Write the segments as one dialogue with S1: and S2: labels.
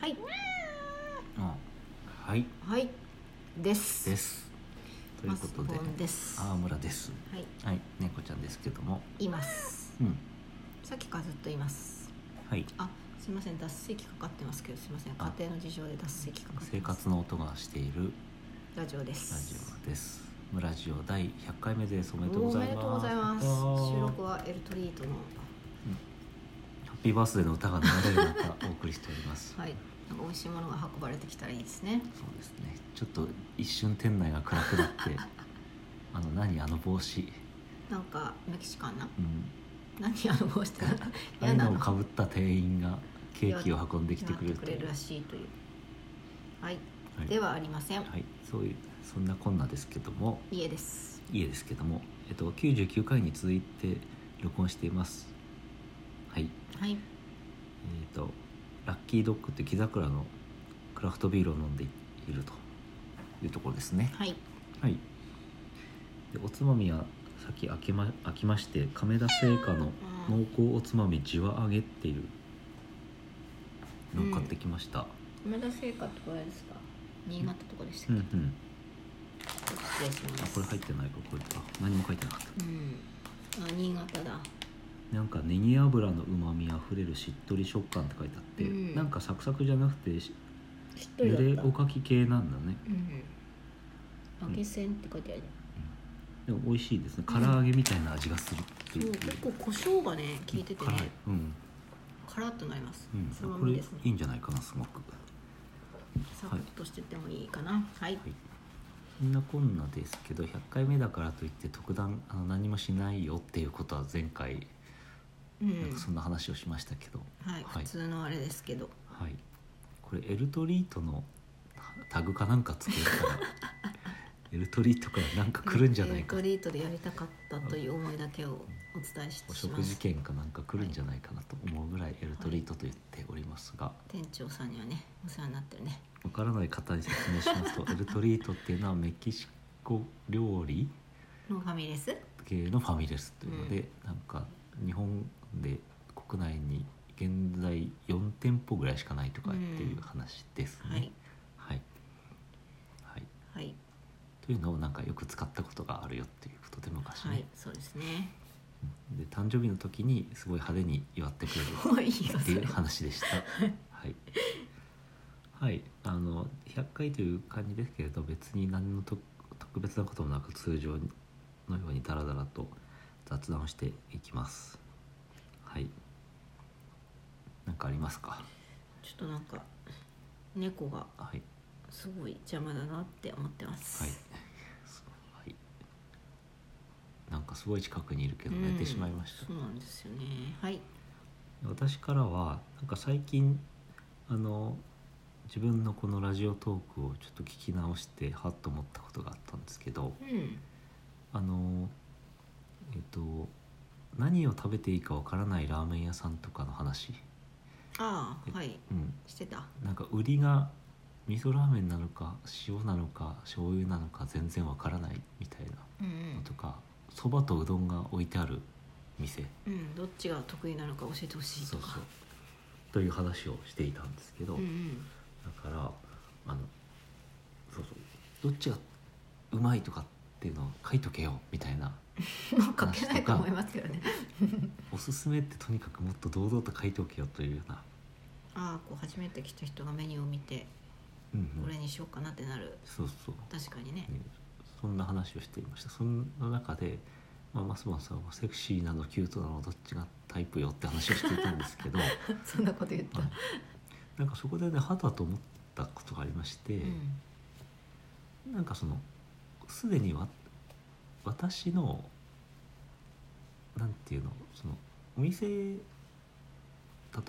S1: はい
S2: うんはい
S1: はいです
S2: ですということで
S1: マスボンです
S2: あー村です
S1: はい
S2: はい猫ちゃんですけども
S1: います
S2: うん
S1: さっきからずっといます
S2: はい
S1: あすいません脱水機かかってますけどすいません
S2: あ
S1: 家庭の事情で脱水機かかってます
S2: 生活の音がしている
S1: ラジオで
S2: ラジ
S1: す
S2: オです村ジオ第100回目ですおめでとうございます
S1: ます
S2: やったー
S1: 収録はエルトリートの
S2: ハッピーバースデーの歌が流れる中お送りしております
S1: はいなんか美味しいものが運ばれてきたらいいですね
S2: そうですねちょっと一瞬店内が暗くな ってあの何あの帽子
S1: なんかメキシカンな
S2: うん
S1: 何あの帽子ってなんか
S2: ああいう
S1: 嫌な
S2: のを
S1: の
S2: かぶった店員がケーキを運んできて
S1: やっ
S2: くれ
S1: て
S2: る
S1: く
S2: とい
S1: れ
S2: う
S1: るらしいというはい、
S2: はい、
S1: ではありません、
S2: はい、そういうそんなこんなですけども
S1: 家です
S2: 家ですけども、えっと、99回に続いて録音していますはい
S1: はい
S2: えっ、とラッキードッグって木桜のクラフトビールを飲んでいるというところですね
S1: はい
S2: はいでおつまみはさっき開けま開きまして亀田製菓の
S1: うん
S2: 濃厚おつまみじわ揚げっていうのを買ってきました、
S1: 梅田製菓ってこれですか新潟とかでし
S2: う
S1: た
S2: ん、
S1: っ
S2: う
S1: け、
S2: ん
S1: 失礼しま
S2: あ
S1: す
S2: これ入ってないかこれあ何も書いてなかった
S1: うんあ新潟だ
S2: なんかネギ油のうまみあふれるしっとり食感って書いてあって、
S1: うん
S2: なんかサクサクじゃなくてし
S1: しっとりだ
S2: 濡
S1: っ
S2: れ
S1: た
S2: おかき系なんだね
S1: うん揚げせんって書いてある、
S2: でも美味しいですね唐揚げみたいな味がするって
S1: そ
S2: いうう
S1: 結構胡椒がね効いてて
S2: 辛い
S1: ね
S2: うん、
S1: カラッとなります、
S2: うん、
S1: そのま
S2: こ
S1: ま
S2: れ
S1: ですね
S2: いいんじゃないかなすごく
S1: サクッとしててもいいかなはい、
S2: はいそんなこんなですけど100回目だからといって特段あの何もしないよっていうことは前回
S1: うん
S2: なんかそんな話をしましたけど、
S1: はい、
S2: は
S1: 普
S2: い
S1: 通のあれですけど
S2: はいこれエルトリートのタグかなんかつけ たらエルトリートからなんか来るんじゃないか
S1: エルトリートでやりたかったという思いだけをお伝えし
S2: お
S1: し
S2: 食
S1: ま
S2: 事
S1: す
S2: 券かなんか来るんじゃないかなと思うぐらいエルトリートと言っておりますが
S1: 店長さんにはねお世話になってるね
S2: わからない方に説明します とエルトリートっていうのはメキシコ料理
S1: ノーファミレス
S2: 系のファミレスというので、なんか日本で国内に現在4店舗ぐらいしかないとかっていう話です
S1: は
S2: ね
S1: い。
S2: はい、はい
S1: はい
S2: というのをなんかよく使ったことがあるよっていうことで昔ね、
S1: はいそうですね
S2: で誕生日の時にすごい派手に祝ってくれる
S1: もういいよ
S2: って
S1: そ
S2: い
S1: れ
S2: う話でした。はい。はい、あの100回という感じですけれど別に何のと特別なこともなく通常のようにダラダラと雑談をしていきます。はい。なんかありますか。
S1: ちょっとなんか猫が
S2: はい
S1: すごい邪魔だなって思ってます、
S2: はい。そうはい。なんかすごい近くにいるけど寝てしまいました。
S1: うんそうなんですよねはい
S2: 私からはなんか最近あの自分のこのラジオトークをちょっと聞き直してはっと思ったことがあったんですけど
S1: うん
S2: あのえっと何を食べていいかわからないラーメン屋さんとかの話、
S1: ああはい
S2: うん、
S1: してた
S2: なんか売りが味噌ラーメンなのか塩なのか醤油なのか全然わからないみたい
S1: うん
S2: なのとかそば、蕎麦とうどんが置いてある店
S1: うん、うん、どっちが得意なのか教えてほしい
S2: そ
S1: と
S2: う
S1: か
S2: そうという話をしていたんですけど。
S1: うんうん
S2: だからあのそうそうどっちがうまいとかっていうのを書いとけよみたいな
S1: まあ書けないと思いますけどね
S2: おすすめってとにかくもっと堂々と書いておけよというような、
S1: ああこう初めて来た人がメニューを見て
S2: うん
S1: こ
S2: う
S1: れ
S2: ん、
S1: にしようかなってなる
S2: そうそう、
S1: 確かにね
S2: ねそんな話をしていましたその中で、まあ、マスボンさんはセクシーなのキュートなのどっちがタイプよって話をしていたんです けど、はい
S1: そんなこと言った、
S2: なんかそこでね肌と思ったことがありまして、
S1: うん
S2: なんかそのすでにわ私のなんていうのそのお店例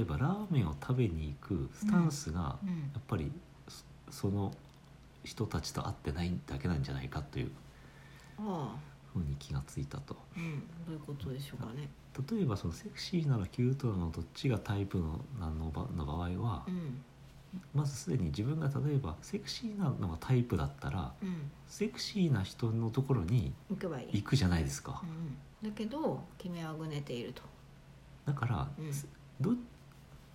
S2: えばラーメンを食べに行くスタンスが
S1: うん
S2: やっぱりそその人たちと合ってないだけなんじゃないかという
S1: ああ
S2: ふうに気がついたと
S1: うんどういうことでしょうかね
S2: 例えばそのセクシーなのキュートなのどっちがタイプのなのばの場合は
S1: うん
S2: まずすでに自分が例えばセクシーなのがタイプだったら
S1: うん
S2: セクシーな人のところに
S1: 行けばいい
S2: 行くじゃないですか
S1: う。ん、だけど君はぐねていると
S2: だから、
S1: うん
S2: ど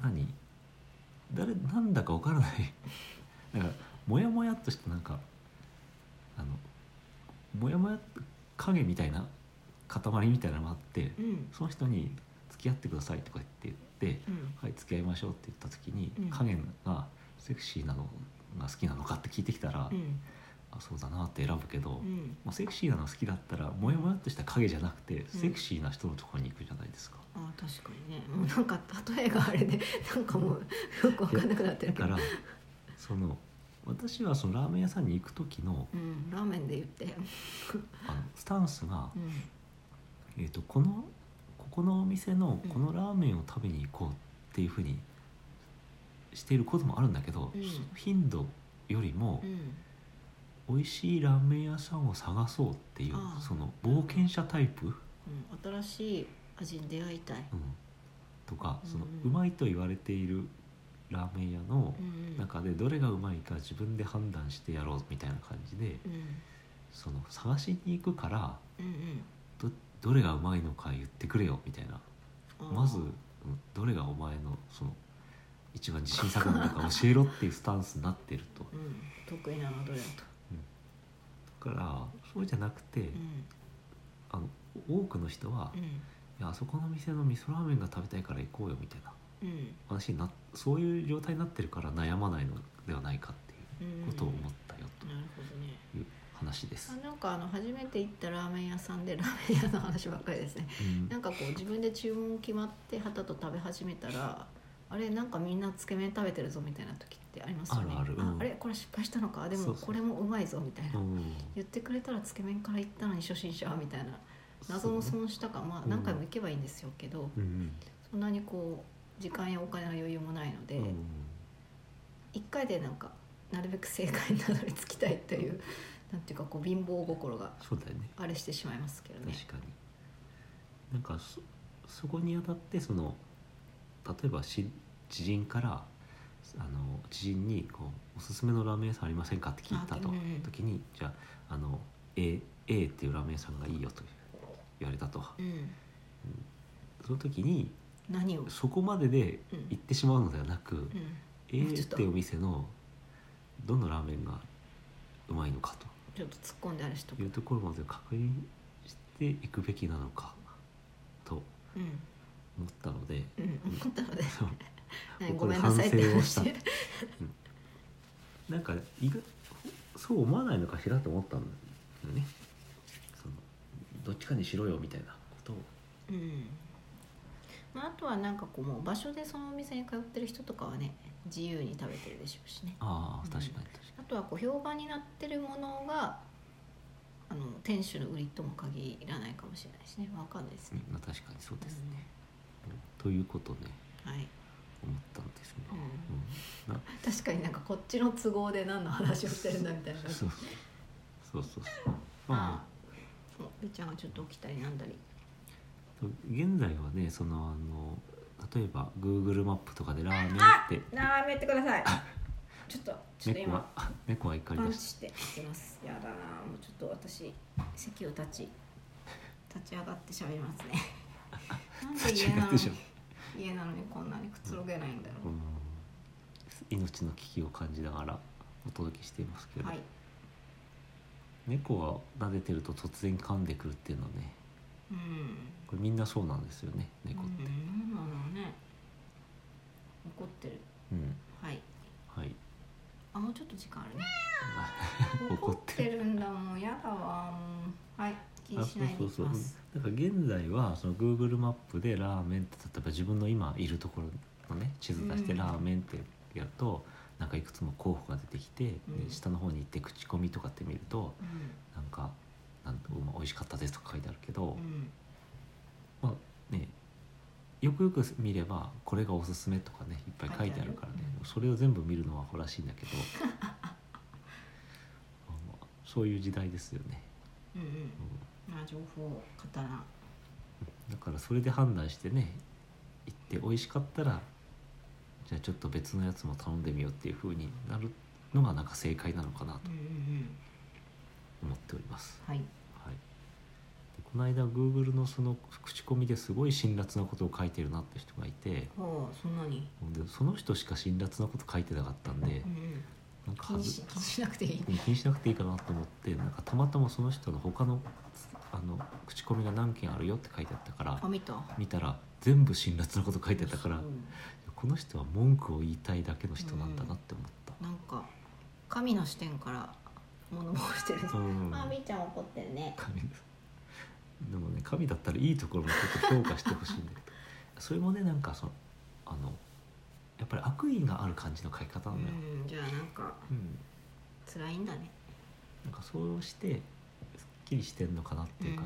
S2: 何誰なんだかわからない なんかモヤモヤっとしたなんかあのモヤモヤ影みたいな塊みたいなのがあって
S1: うん
S2: その人に「付き合ってください」とか言って言って
S1: うん
S2: 「はい付き合いましょう」って言った時に
S1: うん
S2: 影がセクシーなのが好きなのかって聞いてきたら、
S1: うん
S2: あそうだなって選ぶけど、
S1: うん
S2: まあ、セクシーなの好きだったらモヤモヤっとした影じゃなくて、セクシーな人のところに行くじゃないですか。
S1: あー確かにねもうなんか例えがあれで なんかもうよくわかんなくなって
S2: だ
S1: るけ
S2: か
S1: ど
S2: らその私はそのラーメン屋さんに行く時の
S1: うんラーメンで言って
S2: あのスタンスが
S1: う、ん
S2: えー、とこのここのお店の
S1: うん
S2: このラーメンを食べに行こうっていうふうにしていることもあるんだけど、
S1: うん
S2: その頻度よりも
S1: うん
S2: 美味しいラーメン屋さんを探そうっていう
S1: ああ
S2: その冒険者タイプ、うん、
S1: うん新しい味に出会いたい
S2: とかその
S1: うん
S2: うまいと言われているラーメン屋の
S1: うん
S2: 中でどれがうまいか自分で判断してやろうみたいな感じで
S1: うん
S2: その探しに行くから
S1: うんうん
S2: どどれがうまいのか言ってくれよみたいな
S1: あー
S2: まずうんどれがお前のその一番自信作なのか教えろっていうスタンスになってると
S1: うん得意なのはどれだと
S2: だからそうじゃなくて、
S1: うん
S2: あの多くの人は、
S1: う
S2: い
S1: ん
S2: やあそこの店の味噌ラーメンが食べたいから行こうよみたいな
S1: うん
S2: 話になそういう状態になってるから悩まないのではないかっていうことを思ったよ
S1: なるほどね
S2: という話です
S1: あ。なんかあの初めて行ったラーメン屋さんでラーメン屋の話ばっかりですね
S2: うん
S1: なんかこう自分で注文決まってはたと食べ始めたらあれなんかみんなつけ麺食べてるぞみたいな時ってありますよね
S2: あるあるうん
S1: あれこれ失敗したのかで
S2: そ
S1: も
S2: うそう
S1: これもうまいぞみたいな
S2: うん
S1: 言ってくれたらつけ麺から行ったのに初心者はみたいな謎の
S2: そうね
S1: 損したかま
S2: う
S1: あ
S2: ん
S1: 何回も行けばいいんですよけど
S2: うん
S1: そんなにこう時間やお金の余裕もないの
S2: う
S1: で
S2: ん
S1: 一回でなんかなるべく正解にたどり着きたいというなんていうかこう貧乏心が
S2: そうだよね
S1: あれしてしまいますけどね
S2: 確。かになんかそそこにあたってその例えばし知人からあの知人にこう「おすすめのラーメン屋さんありませんか?」って聞いたと
S1: あうんうん
S2: 時にじゃああの A, A っていうラーメン屋さんがいいよと言われたと
S1: うん、
S2: その時に
S1: 何を、
S2: そこまでで
S1: うん
S2: 行ってしまうのではなく、
S1: うん、
S2: A
S1: もうちょ
S2: っ
S1: っと
S2: ていうお店のどのラーメンがうまいのか
S1: ちょっと突っ込んである人
S2: というところまで確認していくべきなのかと
S1: うん
S2: 思ったので。
S1: うん、 思ったので、
S2: そう
S1: はい
S2: こ
S1: ご
S2: こ
S1: め
S2: で
S1: んなさいって
S2: 反省をした
S1: 話。
S2: なんか意外そう思わないのかしらと思ったんだよねそのどっちかにしろよみたいなことを
S1: うん。まああとはなんかこうもう場所でそのお店に通ってる人とかはね、自由に食べてるでしょうしね。
S2: あ
S1: うん
S2: あ確かに確か
S1: あとはこう評判になってるものが。あの店主の売りとも限らないかもしれないしね、わかんないです
S2: に
S1: ね、。
S2: まあ、確かにそうです、
S1: ね。
S2: ということで
S1: はい。
S2: 思ったんですね、うんな
S1: 確かになんかこっちの都合で何の話をしてるんだみたいな感じ。
S2: そ
S1: も
S2: うそうそうそうまあ
S1: うみーちゃんがちょっと起きたりなんだり。
S2: 現在はねそのあの例えば Google マップとかでラーメンって
S1: なあ、やめてください。ちょっと、ちょっと
S2: 猫
S1: 今
S2: は。猫は怒り
S1: パン
S2: だ
S1: チ
S2: し
S1: していきます。やだなあ、もうちょっと私席を立ち立ち上がって喋りますね。 なん
S2: た
S1: で
S2: 立ち
S1: 家
S2: 上
S1: な
S2: が
S1: の
S2: ってしま
S1: に
S2: う
S1: 家なのにこんなにくつろげないんだろ
S2: うん命の危機を感じながらお届けしていますけ
S1: う。
S2: ど、
S1: はい。
S2: 猫は撫でてると突然噛んでくるっていうのはね
S1: うん。
S2: これみんなそうなんですよね猫って、
S1: うん、なんなのね。怒ってる。
S2: うん、
S1: はい。
S2: はい
S1: あもうちょっと時間あるね。
S2: 怒
S1: 怒
S2: っ
S1: ってて
S2: る
S1: るんだもん。やだわ。もうはい。気にしないでいきます。
S2: だから現在はその Google マップでラーメンって例えば自分の今いるところのね地図出して
S1: うん
S2: ラーメンってやると、なんかいくつも候補が出てきて、で
S1: うん
S2: 下の方に行って口コミとかって見ると
S1: うん
S2: なんかなんと美味しかったですとか書いてあるけど、
S1: うん
S2: まあねよくよく見ればこれがおすすめとかねいっぱい書いてあるからね
S1: 書いて
S2: それを全部見るのはアホらしいんだけど まあまあそういう時代ですよね、
S1: うん
S2: う
S1: うん。まあ情報刀。
S2: んだからそれで判断してね行って美味しかったらじゃあちょっと別のやつも頼んでみようっていう風になるのがなんか正解なのかなと
S1: うんうんうん。
S2: 思っております。
S1: はい。
S2: はい、でこの間 Google のその口コミですごい辛辣なことを書いてるなって人がいて
S1: ほうそんなに、
S2: でその人しか辛辣なこと書いてなかったんで
S1: うんうん、
S2: なんか
S1: 気
S2: は
S1: に
S2: ず
S1: し気にしなくていい、
S2: 気にしなくていいかなと思ってなんかたまたまその人の他のあの口コミが何件あるよって書いてあったから
S1: あ見た
S2: 見たら全部辛辣なこと書いてあったから
S1: そう
S2: この人は文句を言いたいだけの人なんだなって思った。
S1: なんか神の視点から物申してるね
S2: うん
S1: あみーちゃん怒ってるね
S2: 神ですでもね神だったらいいところもちょっと評価してほしいんだけどそれもねなんかそのあのやっぱり悪意がある感じの書き方
S1: う
S2: なのよ、
S1: んじゃあなんか
S2: うん
S1: 辛いんだね
S2: なんかそうしてすっきりしてんのかなっていうか、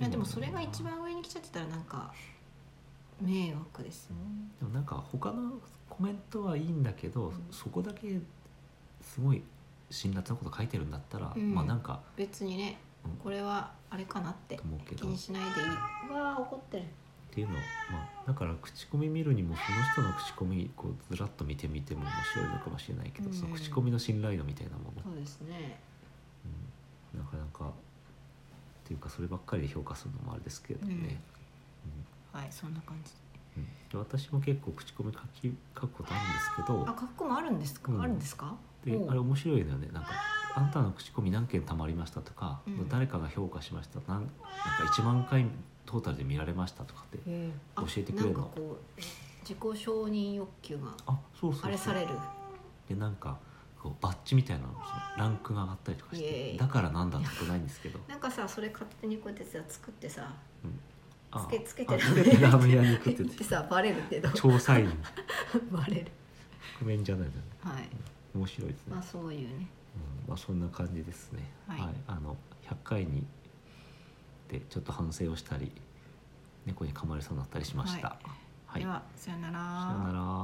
S1: いやでもそれが一番上に来ちゃってたらなんか迷惑ですよ
S2: でもなんか他のコメントはいいんだけど、
S1: うん
S2: そこだけすごい辛辣なこと書いてるんだったら、
S1: うん
S2: まあなんか
S1: 別にね
S2: うん
S1: これはあれかなって
S2: と思うけ
S1: 気
S2: どっ
S1: にしないでいいうわー怒ってる
S2: ていうのは、まあ、だから口コミ見るにもその人の口コミこうずらっと見てみても面白いのかもしれないけど、
S1: うん
S2: その口コミの信頼度みたいなもの
S1: そうですね
S2: うんなかなかっていうかそればっかりで評価するのもあれですけどね、
S1: うん
S2: うん
S1: はいそんな感じ
S2: うんで私も結構口コミ書き書くことあるんですけ
S1: あ
S2: ど
S1: 格好もあるんですか、
S2: うん
S1: あるんですか
S2: で
S1: おう
S2: あれ面白いのよねなんか「あんたの口コミ何件たまりました」とか、
S1: うん
S2: 誰かが評価しました」なんなんか1万回トータルで見られました」とかって
S1: えー
S2: 教えてくれるの
S1: なんかこう自己承認欲求が
S2: あそうそうそう
S1: あれされる
S2: でなんかこうバッジみたいなのそのランクが上がったりとかし
S1: イエー
S2: て
S1: イ
S2: だからなんだってことないんです けど
S1: なんかさそれ勝手にこうやってさ作ってさ
S2: あ
S1: つけつけ
S2: あ
S1: て
S2: つけてラーメン屋に行くって
S1: 言 ってさバレる けど
S2: 調査員
S1: バレる
S2: 覆面じゃないのよね
S1: はい
S2: 面白いですね
S1: まあそういうね
S2: うんまあ、そんな感じですね。
S1: はい
S2: あの100回にでちょっと反省をしたり、猫に噛まれそうになったりしました。はい。
S1: ではさよなら
S2: さよなら。